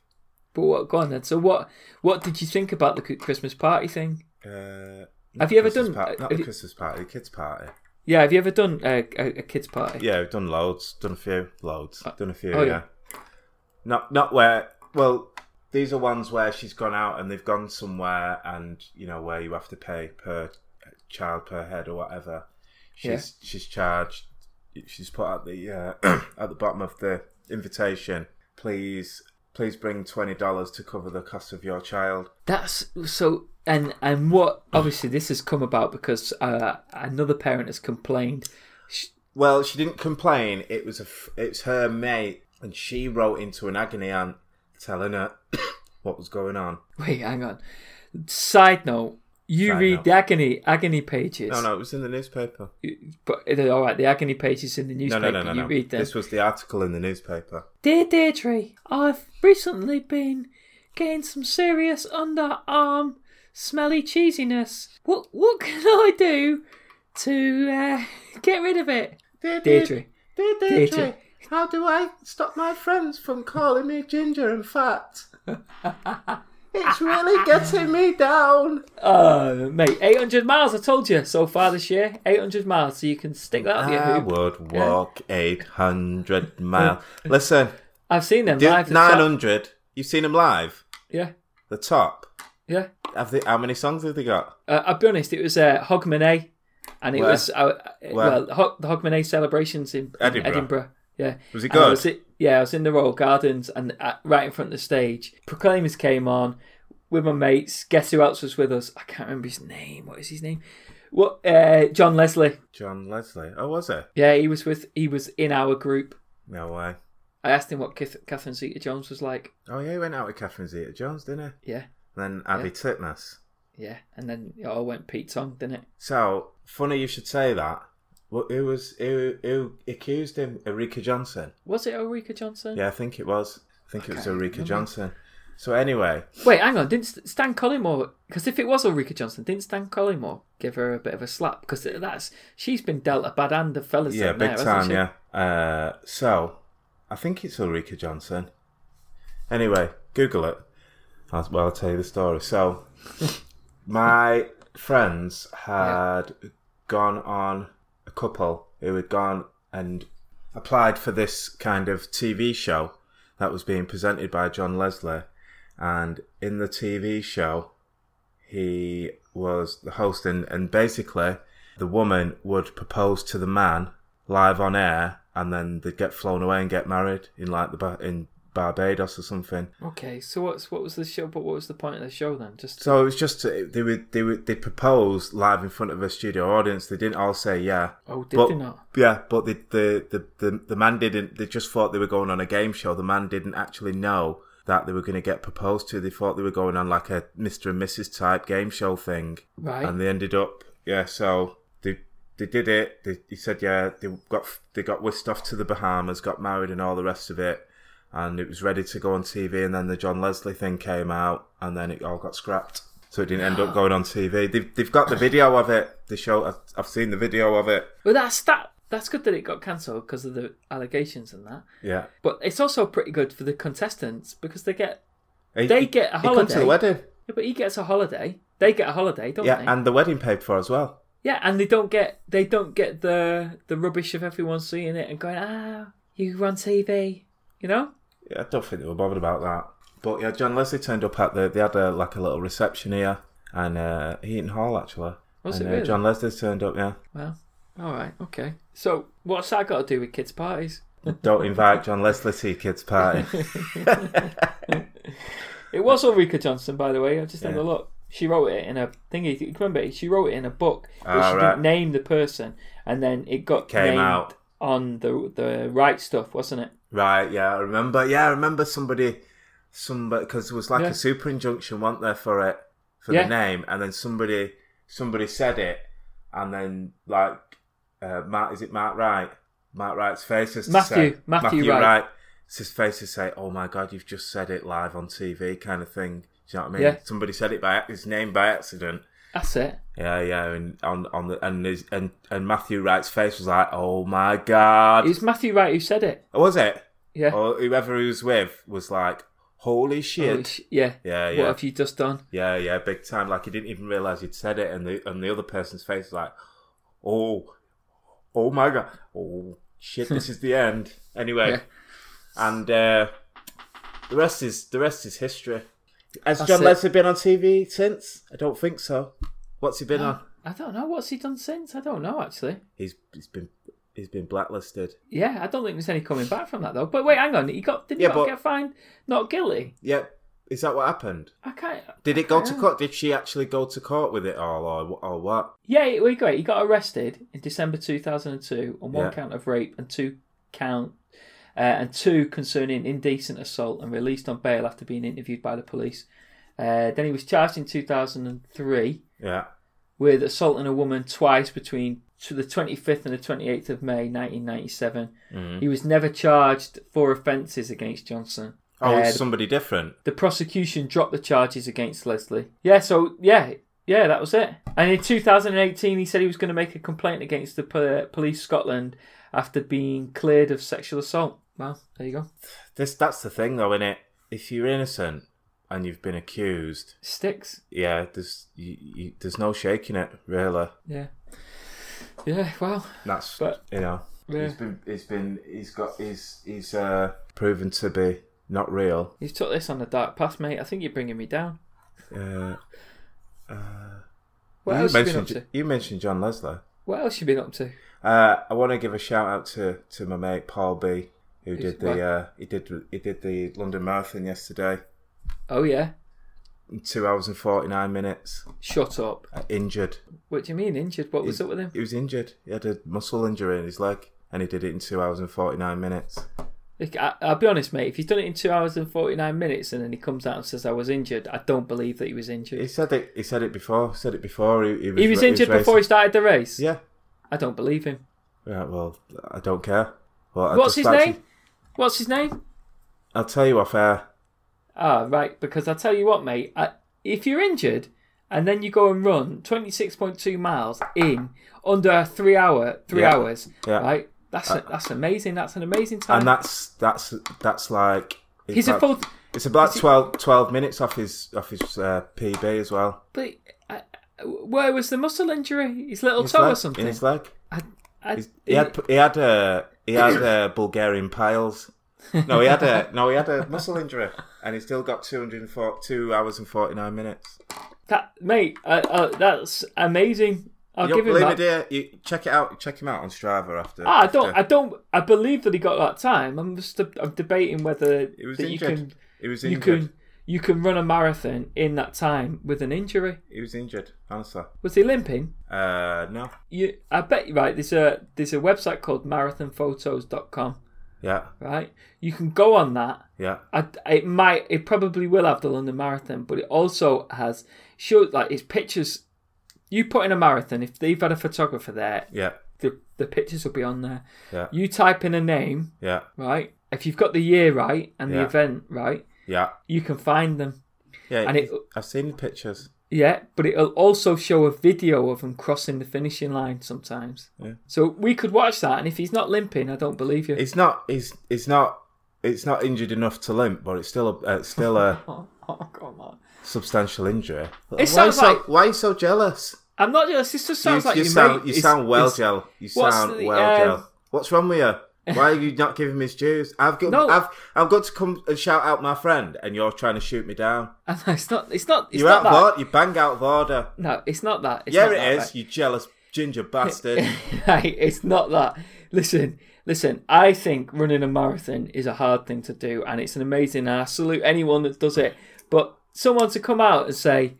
Speaker 1: But what? Go on then. So what? What did you think about the Christmas party thing?
Speaker 2: Uh, not
Speaker 1: Have you ever
Speaker 2: Christmas
Speaker 1: done-
Speaker 2: Party,
Speaker 1: uh,
Speaker 2: not
Speaker 1: have
Speaker 2: the
Speaker 1: you-
Speaker 2: Christmas party, the kids' party.
Speaker 1: Yeah, have you ever done a, a, a kids' party?
Speaker 2: Yeah, we've done loads. Done a few. Loads. done a few.
Speaker 1: oh,
Speaker 2: yeah.
Speaker 1: yeah.
Speaker 2: Not not where. Well, these are ones where she's gone out and they've gone somewhere, and you know where you have to pay per uh, child per head or whatever. She's she's charged. She's put at the uh, at the bottom of the invitation. Please please bring twenty dollars to cover the cost of your child.
Speaker 1: That's so, and and what? Obviously, this has come about because uh, another parent has complained.
Speaker 2: Well, she didn't complain. It was a f- it's her mate, and she wrote into an agony aunt telling her what was going on.
Speaker 1: Wait, hang on. Side note: You
Speaker 2: Side
Speaker 1: read
Speaker 2: note.
Speaker 1: the agony agony pages,
Speaker 2: No, no, it was in the newspaper.
Speaker 1: but it- all right, the agony pages in the newspaper.
Speaker 2: no, no, no, no,
Speaker 1: you
Speaker 2: no.
Speaker 1: read them.
Speaker 2: This was the article in the newspaper.
Speaker 1: Dear Deirdre, I've recently been getting some serious underarm smelly cheesiness. What what can I do to uh, get rid of it?
Speaker 2: Dear
Speaker 1: Deirdre.
Speaker 2: dear
Speaker 1: Deirdre, Deirdre.
Speaker 2: how do I stop my friends from calling me ginger and fat? it's really getting me down.
Speaker 1: Uh, mate, 800 miles, I told you so far this year. 800 miles, so you can stick that up your
Speaker 2: I
Speaker 1: hoop.
Speaker 2: would walk 800 miles. Listen,
Speaker 1: I've seen them
Speaker 2: do-
Speaker 1: live. at the top.
Speaker 2: 900. You've seen them live?
Speaker 1: Yeah,
Speaker 2: The top.
Speaker 1: yeah.
Speaker 2: Have they, how many songs have they got?
Speaker 1: Uh, I'll be honest, it was uh, Hogman A, and it
Speaker 2: Where?
Speaker 1: was, uh, uh,
Speaker 2: Where?
Speaker 1: well, Ho- the Hogman A celebrations in in
Speaker 2: Edinburgh.
Speaker 1: Edinburgh. Yeah.
Speaker 2: Was it
Speaker 1: And I
Speaker 2: good?
Speaker 1: was i- yeah, I was in the Royal Gardens and uh, right in front of the stage. Proclaimers came on with my mates. Guess who else was with us? I can't remember his name. What is his name? What? Uh, John Leslie.
Speaker 2: John Leslie. Oh, was it?
Speaker 1: Yeah, he was with. He was in our group.
Speaker 2: No way.
Speaker 1: I asked him what Kith- Catherine Zeta-Jones was like.
Speaker 2: Oh yeah, he went out with Catherine Zeta-Jones, didn't
Speaker 1: Yeah,
Speaker 2: he? And then
Speaker 1: Yeah.
Speaker 2: Abby Titmus.
Speaker 1: yeah. And then it all went Pete Tong, didn't it?
Speaker 2: So funny you should say that. Wh- Who was who? Who accused him? Erika Johnson.
Speaker 1: Was it Ulrika Johnson?
Speaker 2: Yeah, I think it was. I think it was
Speaker 1: Mm. Okay.
Speaker 2: Erika
Speaker 1: Mhm.
Speaker 2: Johnson. So anyway,
Speaker 1: Wait, hang on. Didn't St- Stan Collymore? Because if it was Ulrika Johnson, didn't Stan Collymore give her a bit of a slap? Because that's she's been dealt a bad hand of fellas.
Speaker 2: yeah,
Speaker 1: down
Speaker 2: big
Speaker 1: there, hasn't
Speaker 2: time.
Speaker 1: she?
Speaker 2: Yeah. Uh, so I think it's Ulrika Johnson. Anyway, Google it. I'll, well, I'll tell you the story. So my friends had gone on a couple who had gone and applied for this kind of TV show that was being presented by John Leslie, and in the TV show, he was the host, and, and basically, the woman would propose to the man live on air, and then they'd get flown away and get married in like the Ba- in Barbados or something.
Speaker 1: Okay, so what's what was the show? But what was the point of the show then? Just
Speaker 2: So it was just uh, they were they were they proposed live in front of a studio audience. They didn't all say yeah.
Speaker 1: oh, did
Speaker 2: but,
Speaker 1: they not?
Speaker 2: Yeah, but the, the, the, the, the man didn't. They just thought they were going on a game show. The man didn't actually know that they were going to get proposed to. They thought they were going on like a Mr. and Mrs. type game show thing,
Speaker 1: Right.
Speaker 2: and they ended up yeah. So they they did it. They, he said yeah. They got they got whisked off to the Bahamas, got married, and all the rest of it. And it was ready to go on TV, and then the John Leslie thing came out, and then it all got scrapped. So it didn't end up going on TV. They've, they've got the video of it. The show I've, I've seen the video of it.
Speaker 1: Well, that's that. That's good that it got cancelled because of the allegations and that.
Speaker 2: Yeah.
Speaker 1: But it's also pretty good for the contestants because they get.
Speaker 2: He-
Speaker 1: They
Speaker 2: he-
Speaker 1: get a
Speaker 2: He come to
Speaker 1: holiday.
Speaker 2: the wedding.
Speaker 1: Yeah, but he gets a holiday. They get a holiday, don't
Speaker 2: Yeah,
Speaker 1: they?
Speaker 2: and the wedding paid for as well.
Speaker 1: yeah, and they don't get they don't get the the rubbish of everyone seeing it and going, ah, you were on TV, you know.
Speaker 2: Yeah, I don't think they were bothered about that. But yeah, John Leslie turned up at the. They had a, like a little reception here, and uh, Heaton Hall actually.
Speaker 1: Was
Speaker 2: and,
Speaker 1: it
Speaker 2: uh,
Speaker 1: really?
Speaker 2: John Leslie turned up. Yeah,
Speaker 1: Well, all right, okay. So what's that got to do with kids' parties?
Speaker 2: don't invite John Leslie to your kids' party.
Speaker 1: It was Ulrika Johnson, by the way. I just had a
Speaker 2: Yeah.
Speaker 1: look. She wrote it in a thingy. You can Remember, she wrote it in a book, but
Speaker 2: Ah,
Speaker 1: she
Speaker 2: right.
Speaker 1: didn't name the person, and then it got
Speaker 2: Came
Speaker 1: named
Speaker 2: out.
Speaker 1: on the the right stuff, wasn't it?
Speaker 2: right? Yeah, I remember. Yeah, I remember somebody. Somebody because there was like
Speaker 1: Yeah.
Speaker 2: a super injunction, weren't there, for it for
Speaker 1: Yeah.
Speaker 2: the name, and then somebody somebody said it, and then like uh, Mark is it Mark Wright? Mark Wright's face is to
Speaker 1: Matthew-
Speaker 2: say-
Speaker 1: Matthew Wright.
Speaker 2: It's his face to say, "Oh my God, you've just said it live on TV," kind of thing. Do you know what I mean?
Speaker 1: Yeah.
Speaker 2: Somebody said it by his name by accident.
Speaker 1: That's it.
Speaker 2: Yeah, yeah, and on on the and his, and and Matthew Wright's face was like, "Oh my God,"
Speaker 1: It was Matthew Wright who said it.
Speaker 2: was it?
Speaker 1: Yeah.
Speaker 2: Or whoever he was with was like, "Holy Oh, shit!"
Speaker 1: Oh, sh- yeah.
Speaker 2: yeah,
Speaker 1: What
Speaker 2: yeah.
Speaker 1: have you just done?
Speaker 2: Yeah, yeah, big time. Like he didn't even realize he'd said it, and the and the other person's face was like, "Oh, oh my god, oh shit, this is the end." Anyway,
Speaker 1: Yeah.
Speaker 2: and uh, the rest is the rest is history. Has
Speaker 1: That's
Speaker 2: John
Speaker 1: it.
Speaker 2: Leslie been on TV since? I don't think so. What's he been on?
Speaker 1: I don't know. What's he done since? I don't know actually.
Speaker 2: He's he's been he's been blacklisted.
Speaker 1: Yeah, I don't think there's any coming back from that though. But wait, hang on. He got didn't
Speaker 2: Yeah,
Speaker 1: he
Speaker 2: but-
Speaker 1: not get fined not guilty?
Speaker 2: Yeah, is that what happened?
Speaker 1: I can't.
Speaker 2: Did it go to
Speaker 1: Yeah.
Speaker 2: court? Did she actually go to court with it all, or or what?
Speaker 1: Yeah, it was great. He got arrested in December 2002 on one
Speaker 2: Yeah.
Speaker 1: count of rape and two count uh, and two concerning indecent assault, and released on bail after being interviewed by the police. Uh, then he was charged in 2003
Speaker 2: Yeah,
Speaker 1: with assaulting a woman twice between to the 25th and the 28th of May 1997.
Speaker 2: Mm-hmm.
Speaker 1: He was never charged for offences against Johnson.
Speaker 2: oh,
Speaker 1: Uh,
Speaker 2: it's somebody different.
Speaker 1: the prosecution dropped the charges against Leslie. Yeah, so yeah, yeah, that was it. And in 2018, he said he was going to make a complaint against the po- police Scotland after being cleared of sexual assault. Well, there you go.
Speaker 2: This that's the thing though, innit? If you're innocent and you've been accused,
Speaker 1: Sticks.
Speaker 2: yeah, there's you, you, there's no shaking it really.
Speaker 1: Yeah. Yeah. Well.
Speaker 2: That's
Speaker 1: But-
Speaker 2: you know
Speaker 1: Yeah.
Speaker 2: he's been he's been he's got he's he's uh, proven to be not real.
Speaker 1: You've took this on a dark path, mate. I think you're bringing me down.
Speaker 2: Uh,
Speaker 1: What
Speaker 2: you
Speaker 1: else you been up
Speaker 2: mentioned
Speaker 1: to?
Speaker 2: you mentioned John Leslie.
Speaker 1: What else you been up to?
Speaker 2: Uh, I want to give a shout out to, to my mate Paul B, who
Speaker 1: Who's
Speaker 2: did
Speaker 1: what?
Speaker 2: the uh, he did he did the London Marathon yesterday.
Speaker 1: Oh yeah.
Speaker 2: in two hours and forty nine minutes,
Speaker 1: Shut up.
Speaker 2: uh, injured.
Speaker 1: What do you mean injured? What was
Speaker 2: He-
Speaker 1: up with him?
Speaker 2: He was injured. He had a muscle injury in his leg, and he did it in two hours and forty nine minutes.
Speaker 1: Look, I, I'll be honest, mate. If he's done it in two hours and forty nine minutes, and then he comes out and says I was injured, I don't believe that he was injured.
Speaker 2: He said it. He said it before. Said it before. He, he was,
Speaker 1: he was
Speaker 2: ra-
Speaker 1: injured before he
Speaker 2: racing.
Speaker 1: started the race.
Speaker 2: Yeah.
Speaker 1: I don't believe him.
Speaker 2: Right. Well, I don't care. Well, I'd
Speaker 1: What's
Speaker 2: just
Speaker 1: his
Speaker 2: like
Speaker 1: name?
Speaker 2: to-
Speaker 1: What's his name?
Speaker 2: I'll tell you off air.
Speaker 1: Ah, right. Because I tell you what, mate. I, if you're injured and then you go and run 26.2 miles in under three hour three
Speaker 2: Yeah.
Speaker 1: hours,
Speaker 2: Yeah. Uh,
Speaker 1: right? That's a, that's amazing. That's an amazing time.
Speaker 2: And that's that's that's like it's
Speaker 1: he's a
Speaker 2: like-
Speaker 1: full.
Speaker 2: It's about
Speaker 1: he-
Speaker 2: 12, 12 minutes off his off his uh, PB as well.
Speaker 1: But I, I- where was the muscle injury? His little
Speaker 2: His
Speaker 1: toe
Speaker 2: leg-
Speaker 1: or something.
Speaker 2: In his leg.
Speaker 1: I, I,
Speaker 2: He's- He had he had a he had a Bulgarian piles. No, he had a no, he had a muscle injury, and he still got 204, two hours and forty nine minutes.
Speaker 1: that, mate, uh, uh, that's amazing. I'll
Speaker 2: You don't
Speaker 1: give him
Speaker 2: believe
Speaker 1: that.
Speaker 2: it, dear? You check it out. Check him out on Strava after.
Speaker 1: Ah, I don't.
Speaker 2: after.
Speaker 1: I don't. I believe that he got that time. I'm just. I'm debating whether
Speaker 2: He was
Speaker 1: that
Speaker 2: injured.
Speaker 1: you can.
Speaker 2: He was
Speaker 1: You
Speaker 2: injured.
Speaker 1: can. You can run a marathon in that time with an injury.
Speaker 2: He was injured. Honestly,
Speaker 1: Was he limping?
Speaker 2: uh, no.
Speaker 1: You. I bet you right. There's a. There's a website called marathonphotos.com.
Speaker 2: Yeah,
Speaker 1: Right. You can go on that.
Speaker 2: yeah.
Speaker 1: I, it might. It probably will have the London Marathon, but it also has shows like it's pictures. You put in a marathon. If they've had a photographer there,
Speaker 2: Yeah,
Speaker 1: the the pictures will be on there.
Speaker 2: yeah,
Speaker 1: You type in a name.
Speaker 2: yeah,
Speaker 1: right? If you've got the year right and the
Speaker 2: Yeah.
Speaker 1: event right,
Speaker 2: yeah,
Speaker 1: you can find them.
Speaker 2: yeah.
Speaker 1: And it-
Speaker 2: I've seen the pictures.
Speaker 1: Yeah, but it'll also show a video of him crossing the finishing line sometimes.
Speaker 2: Yeah.
Speaker 1: So we could watch that, and if he's not limping, I don't believe you.
Speaker 2: It's not. It's it's not. It's not injured enough to limp, but it's still a it's still a
Speaker 1: oh, oh, come on.
Speaker 2: substantial injury.
Speaker 1: It
Speaker 2: why
Speaker 1: sounds
Speaker 2: so,
Speaker 1: like-
Speaker 2: why are you so jealous?
Speaker 1: I'm not jealous. This just sounds
Speaker 2: you,
Speaker 1: like
Speaker 2: you
Speaker 1: your
Speaker 2: sound
Speaker 1: mate.
Speaker 2: you
Speaker 1: It's-
Speaker 2: sound well
Speaker 1: it's-
Speaker 2: gel. You
Speaker 1: what's
Speaker 2: sound
Speaker 1: the,
Speaker 2: well
Speaker 1: um,
Speaker 2: gel. What's wrong with you? Why are you not giving him his dues? I've got
Speaker 1: No.
Speaker 2: I've I've got to come and shout out my friend, and you're trying to shoot me down.
Speaker 1: It's not. It's not. It's
Speaker 2: You're
Speaker 1: not
Speaker 2: out
Speaker 1: that.
Speaker 2: of order. You bang out of order.
Speaker 1: No, it's not that. It's
Speaker 2: yeah,
Speaker 1: not
Speaker 2: it
Speaker 1: that,
Speaker 2: is.
Speaker 1: right?
Speaker 2: You jealous ginger bastard.
Speaker 1: Hey, it's not that. Listen, listen. I think running a marathon is a hard thing to do, and it's an amazing. And I salute anyone that does it. But someone to come out and say,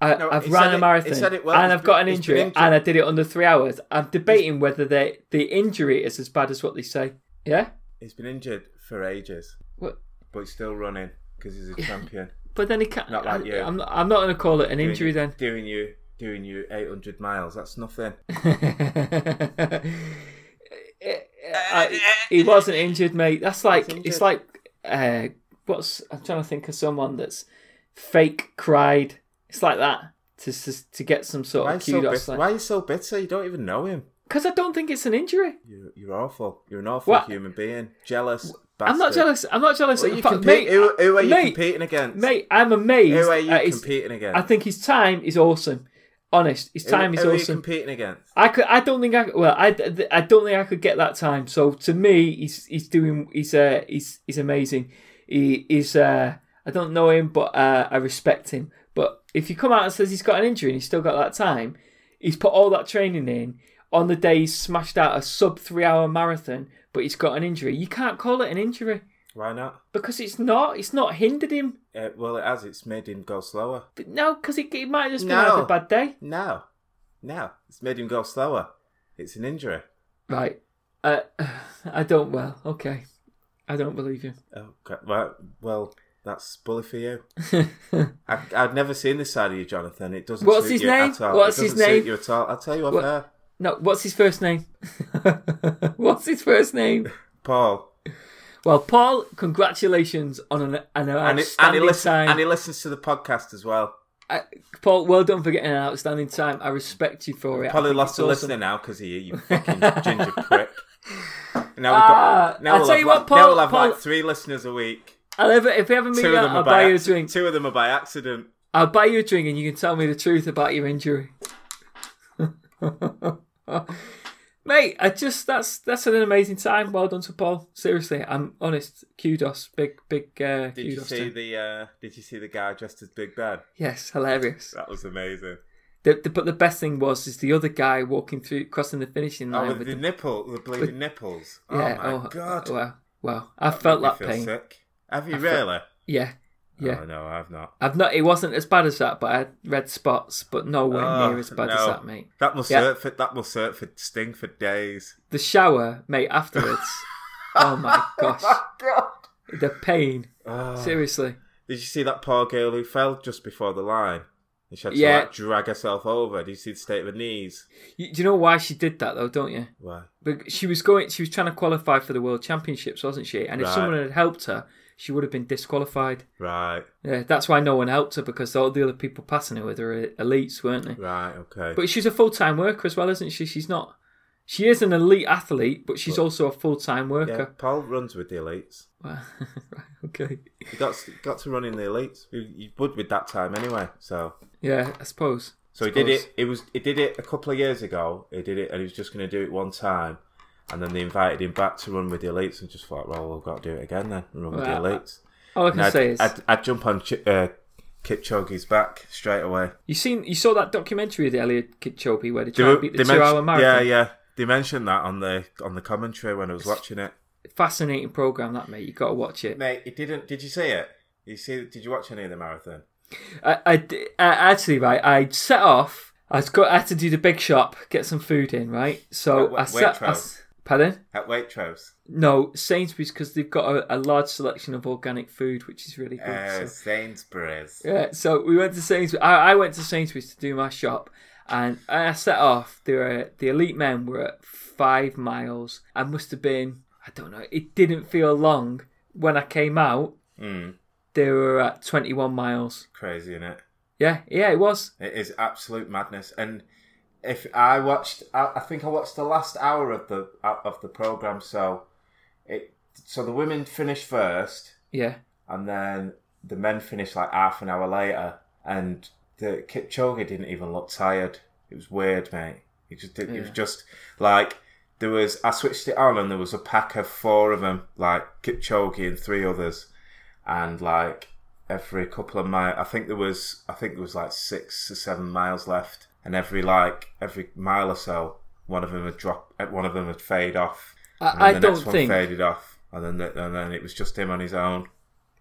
Speaker 1: I,
Speaker 2: No,
Speaker 1: "I've
Speaker 2: he
Speaker 1: ran
Speaker 2: said
Speaker 1: a
Speaker 2: it-
Speaker 1: marathon
Speaker 2: he said it well.
Speaker 1: and
Speaker 2: He's
Speaker 1: I've got an
Speaker 2: been- he's been
Speaker 1: injury,
Speaker 2: injured."
Speaker 1: and I did it under three hours," I'm debating whether the the injury is as bad as what they say. Yeah,
Speaker 2: he's been injured for ages,
Speaker 1: What-
Speaker 2: but he's still running because he's a champion.
Speaker 1: but then he can't.
Speaker 2: Not like you.
Speaker 1: I, am not, I'm not going to call it an
Speaker 2: Doing-
Speaker 1: injury then.
Speaker 2: doing you doing you 800 miles. That's nothing.
Speaker 1: I, he wasn't injured, mate. That's like
Speaker 2: He's
Speaker 1: it's
Speaker 2: injured.
Speaker 1: like uh, what's I'm trying to think of someone that's fake cried. It's like that to to, to get some sort
Speaker 2: Why
Speaker 1: of
Speaker 2: you so
Speaker 1: kudos.
Speaker 2: bitter? Why are you so bitter? You don't even know him.
Speaker 1: Because I don't think it's an injury.
Speaker 2: You're, you're awful. You're an awful
Speaker 1: What?
Speaker 2: human being. Jealous.
Speaker 1: I'm not
Speaker 2: bastard.
Speaker 1: jealous. I'm not jealous.
Speaker 2: Who are you,
Speaker 1: In fact,
Speaker 2: compete-
Speaker 1: mate,
Speaker 2: who, who are you
Speaker 1: mate,
Speaker 2: competing against?
Speaker 1: mate, I'm amazed.
Speaker 2: who are you
Speaker 1: at his-
Speaker 2: competing against?
Speaker 1: I think his time is awesome. Honest, his
Speaker 2: Who-
Speaker 1: time is
Speaker 2: who are you
Speaker 1: awesome.
Speaker 2: competing against?
Speaker 1: I could. I don't think I. Well, I, I don't think I could get that time. So to me, he's he's doing. He's uh he's he's amazing. He is. Uh, I don't know him, but uh, I respect him. But if you come out and says he's got an injury and he's still got that time, he's put all that training in on the day he's smashed out a sub three hour marathon, but he's got an injury. You can't call it an injury
Speaker 2: Why not?
Speaker 1: because it's not. It's not hindered him.
Speaker 2: Uh, well, it has. It's made him go slower.
Speaker 1: But no, because it, it might have just been
Speaker 2: No.
Speaker 1: having a bad day.
Speaker 2: No, no, it's made him go slower. It's an injury.
Speaker 1: Right. Uh, I don't. Well, okay. I don't believe you.
Speaker 2: Oh, gra- well, well, that's bully for you. I, I've never seen this side of you, Jonathan. It doesn't.
Speaker 1: What's
Speaker 2: suit
Speaker 1: his
Speaker 2: you
Speaker 1: name?
Speaker 2: At all.
Speaker 1: What's
Speaker 2: it
Speaker 1: his
Speaker 2: doesn't suit
Speaker 1: name?
Speaker 2: you at all. I'll tell you
Speaker 1: What-
Speaker 2: what. uh, there.
Speaker 1: No, what's his first name? what's his first name?
Speaker 2: Paul.
Speaker 1: Well, Paul, congratulations on an, an
Speaker 2: And he, and, he
Speaker 1: outstanding
Speaker 2: listen,
Speaker 1: time.
Speaker 2: and he listens to the podcast as well.
Speaker 1: I- Paul, well done for getting an outstanding time. I respect you for it. I
Speaker 2: Probably
Speaker 1: think
Speaker 2: lost
Speaker 1: it's
Speaker 2: a
Speaker 1: awesome.
Speaker 2: listener now because of you, you fucking ginger prick. Now we've
Speaker 1: Ah,
Speaker 2: got. Now
Speaker 1: I'll
Speaker 2: we'll
Speaker 1: tell
Speaker 2: have
Speaker 1: you
Speaker 2: like,
Speaker 1: what, Paul-
Speaker 2: now we'll have like
Speaker 1: Paul-
Speaker 2: three listeners a week.
Speaker 1: I'll ever, if we ever meet
Speaker 2: Two of
Speaker 1: out,
Speaker 2: them
Speaker 1: I'll
Speaker 2: are
Speaker 1: buy
Speaker 2: by
Speaker 1: you a
Speaker 2: ac-
Speaker 1: drink.
Speaker 2: Two of them are by accident.
Speaker 1: I'll buy you a drink and you can tell me the truth about your injury. Mate, I just that's that's an amazing time. Well done to Paul. Seriously, I'm honest. Kudos, big big uh,
Speaker 2: Did you
Speaker 1: kudos. to
Speaker 2: see
Speaker 1: him.
Speaker 2: the? Uh, did you see the guy dressed as Big Ben?
Speaker 1: Yes, hilarious.
Speaker 2: That was amazing.
Speaker 1: The, the, but the best thing was is the other guy walking through crossing the finishing
Speaker 2: Oh,
Speaker 1: line
Speaker 2: with
Speaker 1: with
Speaker 2: the
Speaker 1: the,
Speaker 2: nipple, the bleeding nipples. Oh
Speaker 1: yeah
Speaker 2: my god!
Speaker 1: wow wow I felt
Speaker 2: Made me
Speaker 1: that
Speaker 2: feel
Speaker 1: pain
Speaker 2: Sick. Have you
Speaker 1: I felt-
Speaker 2: really?
Speaker 1: yeah Yeah.
Speaker 2: Oh, no, I've not.
Speaker 1: I've not. It wasn't as bad as that, but I had red spots, but nowhere
Speaker 2: Oh,
Speaker 1: near as bad as
Speaker 2: no.
Speaker 1: that, mate.
Speaker 2: That must
Speaker 1: Yeah.
Speaker 2: hurt for that must hurt for sting for days.
Speaker 1: The shower, mate. Afterwards. oh my gosh,
Speaker 2: God.
Speaker 1: the pain.
Speaker 2: Oh,
Speaker 1: Seriously.
Speaker 2: Did you see that poor girl who fell just before the line? And she had
Speaker 1: Yeah.
Speaker 2: to like, drag herself over. Did you see the state of her knees?
Speaker 1: You, do you know why she did that though? Don't you?
Speaker 2: Why?
Speaker 1: But she was going. She was trying to qualify for the world championships, wasn't she? And if
Speaker 2: Right.
Speaker 1: someone had helped her, she would have been disqualified.
Speaker 2: Right,
Speaker 1: Yeah, that's why no one helped her because all the other people passing her with her elites, weren't they?
Speaker 2: right, okay.
Speaker 1: But she's a full time worker as well, isn't she? She's not. She is an elite athlete, but she's also a full time
Speaker 2: yeah,
Speaker 1: worker.
Speaker 2: Paul runs with the elites.
Speaker 1: Wow. right, okay.
Speaker 2: You got got to run in the elites. You, you would with that time anyway. So
Speaker 1: Yeah, I suppose.
Speaker 2: so he did it. It was he did it a couple of years ago. He did it, and he was just going to do it one time. And then they invited him back to run with the elites, and just thought, well, we've got to do it again then. and Run with
Speaker 1: Well,
Speaker 2: the elites.
Speaker 1: All I
Speaker 2: And
Speaker 1: can
Speaker 2: I'd,
Speaker 1: say is
Speaker 2: I'd, I'd jump on Ch- uh, Kipchoge's back straight away.
Speaker 1: you seen you saw that documentary with Elliot Kipchoge where they
Speaker 2: They
Speaker 1: tried to
Speaker 2: were-
Speaker 1: beat the
Speaker 2: they
Speaker 1: two hour
Speaker 2: mentioned- Yeah,
Speaker 1: marathon.
Speaker 2: yeah. They mentioned that on the on the commentary when I was watching it.
Speaker 1: Fascinating program, that mate. You got to watch it.
Speaker 2: Mate, it didn't. Did you see it? You see? Did you watch any of the marathon?
Speaker 1: I, I d- I- actually right. I set off. I was go. I had to do the big shop, get some food in, right? So
Speaker 2: At Wa-
Speaker 1: I set. I
Speaker 2: Waitrose.
Speaker 1: s- pardon?
Speaker 2: At Waitrose.
Speaker 1: No, Sainsbury's because they've got a, a large selection of organic food, which is really good.
Speaker 2: Uh,
Speaker 1: so.
Speaker 2: Sainsbury's.
Speaker 1: Yeah, so we went to Sainsbury's. I, I went to Sainsbury's to do my shop, and I set off. There were the elite men were at five miles. I must have been. I don't know. It didn't feel long when I came out.
Speaker 2: Mm,
Speaker 1: They were at twenty-one miles.
Speaker 2: crazy, isn't it?
Speaker 1: Yeah, yeah, it was.
Speaker 2: It is absolute madness. And if I watched, I, I think I watched the last hour of the of the program. So it. So the women finished first.
Speaker 1: Yeah.
Speaker 2: and then the men finished like half an hour later, and the Kipchoge didn't even look tired. It was weird, mate. It just it was
Speaker 1: Yeah.
Speaker 2: just like there was. I switched it on, and there was a pack of four of them, like Kipchoge and three others, and like every couple of miles, I think there was I think there was like six or seven miles left, and every like every mile or so, one of them would drop, one of them would fade off.
Speaker 1: I-
Speaker 2: and then
Speaker 1: I
Speaker 2: the
Speaker 1: don't
Speaker 2: next
Speaker 1: think-
Speaker 2: one faded off, and then the, and then it was just him on his own.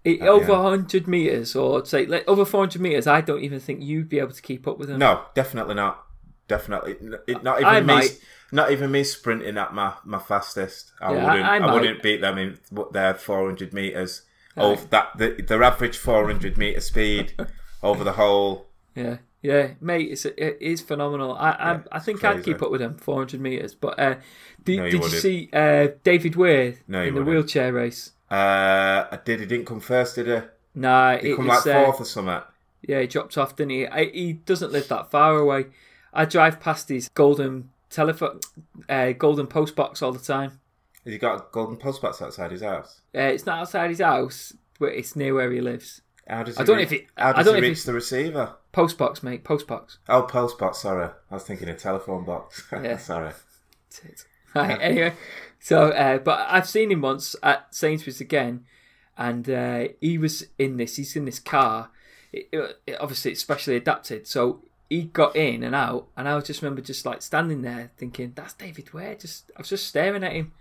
Speaker 1: It,
Speaker 2: the
Speaker 1: over
Speaker 2: end.
Speaker 1: 100 metres, or say like, over 400 metres, I don't even think you'd be able to keep up with them.
Speaker 2: No, definitely not. Definitely n- it- not even
Speaker 1: I
Speaker 2: me.
Speaker 1: might.
Speaker 2: Not even me sprinting at my, my fastest. I
Speaker 1: Yeah, I-
Speaker 2: wouldn't.
Speaker 1: I
Speaker 2: I,
Speaker 1: might.
Speaker 2: wouldn't beat them in what their four hundred meters. Of that, the, their average four hundred meter speed over the whole.
Speaker 1: Yeah, yeah, mate, it's, it is phenomenal. I I, I think I'd
Speaker 2: crazy.
Speaker 1: keep up with them, 400 metres. But uh, did,
Speaker 2: No, you
Speaker 1: did you
Speaker 2: wouldn't.
Speaker 1: see uh, David Weir
Speaker 2: No, you
Speaker 1: in the
Speaker 2: wouldn't.
Speaker 1: wheelchair race?
Speaker 2: Uh, I did. He didn't come first, did he?
Speaker 1: Nah,
Speaker 2: He
Speaker 1: it
Speaker 2: come like
Speaker 1: was, uh,
Speaker 2: fourth or something.
Speaker 1: yeah, he dropped off, didn't he? I, he doesn't live that far away. I drive past his golden telephone, uh, golden post box all the time.
Speaker 2: Has he got a golden post box outside his house?
Speaker 1: Uh, it's not outside his house, but it's near where he lives.
Speaker 2: How does he
Speaker 1: I don't know
Speaker 2: reach,
Speaker 1: if it-
Speaker 2: how
Speaker 1: I
Speaker 2: does
Speaker 1: don't
Speaker 2: he
Speaker 1: know if
Speaker 2: reach
Speaker 1: it-
Speaker 2: the receiver?
Speaker 1: Post box, mate, post box.
Speaker 2: Oh, post box. Sorry, I was thinking a telephone box.
Speaker 1: Yeah.
Speaker 2: sorry.
Speaker 1: Tit. Right, anyway, so uh, but I've seen him once at Sainsbury's again, and uh, he was in this. He's in this car. It, it- obviously, it's specially adapted, so he got in and out, and I just remember just like standing there thinking, "That's David Ware." Just I was just staring at him,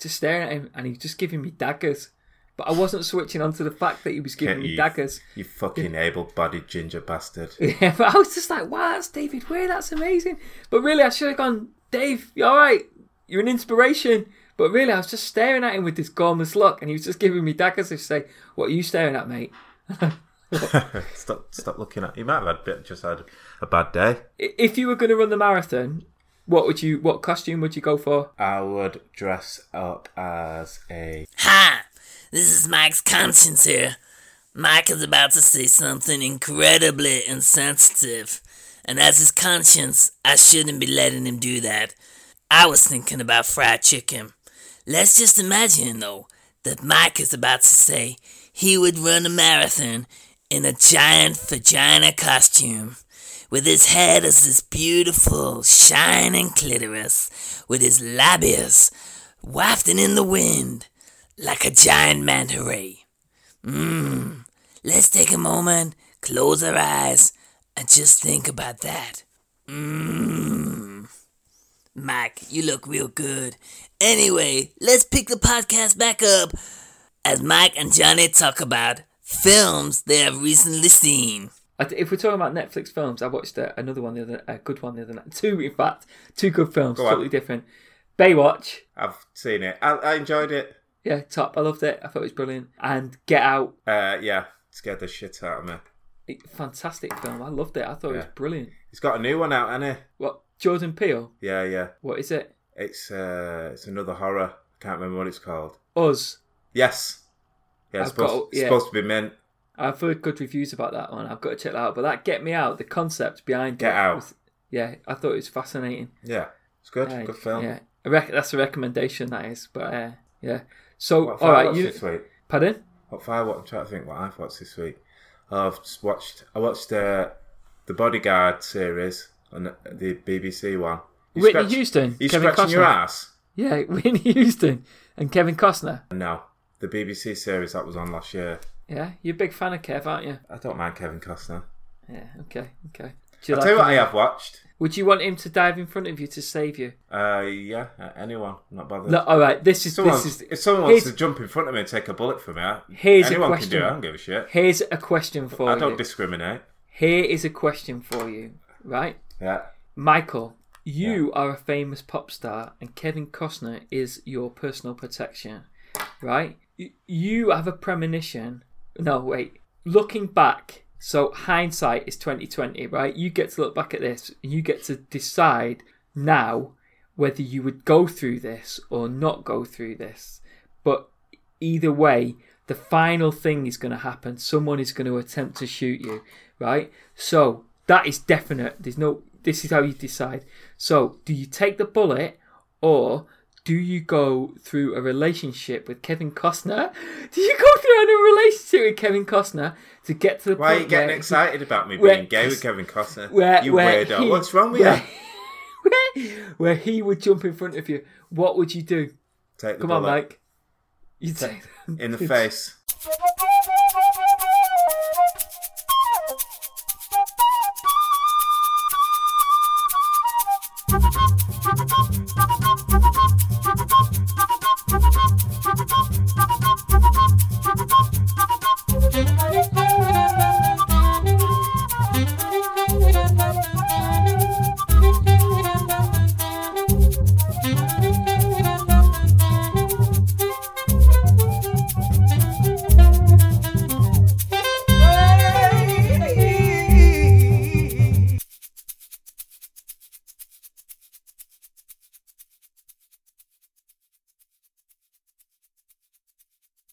Speaker 1: just staring at him, and he was just giving me daggers. But I wasn't switching on to the fact that he was giving
Speaker 2: Get
Speaker 1: me
Speaker 2: you.
Speaker 1: daggers.
Speaker 2: You fucking able-bodied ginger bastard.
Speaker 1: Yeah, but I was just like, wow, that's David Weir, that's amazing. But really, I should have gone, Dave, you're all right, you're an inspiration. But really, I was just staring at him with this gormless look, and he was just giving me daggers to say, What are you staring at, mate?
Speaker 2: stop, stop looking at. You might have had bit, just had a bad day.
Speaker 1: I- If you were going to run the marathon, what would you, what costume would you go for?
Speaker 2: I would dress up as a.
Speaker 4: Hi, this is Mike's conscience here. Mike is about to say something incredibly insensitive, and as his conscience, I shouldn't be letting him do that. I was thinking about fried chicken. Let's just imagine, though, that Mike is about to say he would run a marathon in a giant vagina costume, with his head as this beautiful, shining clitoris, with his labias wafting in the wind like a giant manta ray. Mmm. Let's take a moment, close our eyes, and just think about that. Mmm. Mike, you look real good. Anyway, let's pick the podcast back up as Mike and Johnny talk about films they have recently seen.
Speaker 1: I th- If we're talking about Netflix films, I watched uh, another one the other, a good one the other night. Two, in fact, two good films,
Speaker 2: Go on.
Speaker 1: totally different. Baywatch,
Speaker 2: I've seen it. I, I enjoyed it.
Speaker 1: yeah, top. I loved it. I thought it was brilliant. And Get Out,
Speaker 2: Uh, yeah, scared the shit out of me.
Speaker 1: it- fantastic film. I loved it. I thought it was
Speaker 2: Yeah.
Speaker 1: brilliant.
Speaker 2: He's got a new one out, hasn't
Speaker 1: What Jordan Peele?
Speaker 2: he? Yeah, yeah.
Speaker 1: What is it?
Speaker 2: It's uh, it's another horror. I can't remember what it's called.
Speaker 1: Us.
Speaker 2: Yes. Yeah, it's
Speaker 1: I've got-
Speaker 2: supposed, it's
Speaker 1: yeah.
Speaker 2: supposed to be mint.
Speaker 1: I've heard good reviews about that one. I've got to check that out. But that Get Me Out, the concept behind
Speaker 2: Get
Speaker 1: it
Speaker 2: Out.
Speaker 1: was- yeah, I thought it was fascinating.
Speaker 2: Yeah, it's good.
Speaker 1: Like,
Speaker 2: good film.
Speaker 1: Yeah, I rec- that's a recommendation. That is, but uh, yeah. So
Speaker 2: What have
Speaker 1: all
Speaker 2: I
Speaker 1: right,
Speaker 2: watched
Speaker 1: you
Speaker 2: this week?
Speaker 1: pardon?
Speaker 2: What have I watched? I'm trying to think what I've watched this week. Oh, I've just watched. I watched uh, the Bodyguard series on the- the BBC one. You
Speaker 1: Whitney
Speaker 2: scratch-
Speaker 1: Houston,
Speaker 2: You
Speaker 1: Kevin
Speaker 2: scratching your
Speaker 1: Costner.
Speaker 2: ass?
Speaker 1: Yeah, Whitney Houston and Kevin Costner.
Speaker 2: No, the BBC series that was on last year.
Speaker 1: Yeah, you're a big fan of Kev, aren't you?
Speaker 2: I don't mind Kevin Costner.
Speaker 1: Yeah. Okay. Okay. Do
Speaker 2: I'll
Speaker 1: like
Speaker 2: tell you what
Speaker 1: him?
Speaker 2: I have watched.
Speaker 1: Would you want him to dive in front of you to save you?
Speaker 2: Uh, yeah, uh, anyone, not bothered.
Speaker 1: No, all right. This is
Speaker 2: Someone-
Speaker 1: this is.
Speaker 2: if someone wants
Speaker 1: here's-
Speaker 2: to jump in front of me and take a bullet for me, I-
Speaker 1: Here's a
Speaker 2: anyone
Speaker 1: question.
Speaker 2: can do it. I don't give a shit.
Speaker 1: Here's a question for
Speaker 2: I
Speaker 1: you.
Speaker 2: don't discriminate.
Speaker 1: Here is a question for you, right?
Speaker 2: Yeah,
Speaker 1: Michael, you are a famous pop star, and Kevin Costner is your personal protection, right? Y- You have a premonition. No, wait. Looking back, so hindsight is twenty twenty, right? You get to look back at this, and you get to decide now whether you would go through this or not go through this. But either way, the final thing is going to happen. Someone is going to attempt to shoot you, right? So that is definite. There's no. This is how you decide. So do you take the bullet or? Do you go through a relationship with Kevin Costner? Do you go through a relationship with Kevin Costner to get to the
Speaker 2: why are
Speaker 1: point
Speaker 2: you getting
Speaker 1: where-
Speaker 2: excited about me
Speaker 1: where-
Speaker 2: being gay with Kevin Costner?
Speaker 1: Where,
Speaker 2: you
Speaker 1: where
Speaker 2: weirdo!
Speaker 1: he-
Speaker 2: What's wrong with
Speaker 1: where-
Speaker 2: you?
Speaker 1: where, where he would jump in front of you. What would you do?
Speaker 2: Take the
Speaker 1: Come on,
Speaker 2: bullet
Speaker 1: Mike. You take
Speaker 2: in the face.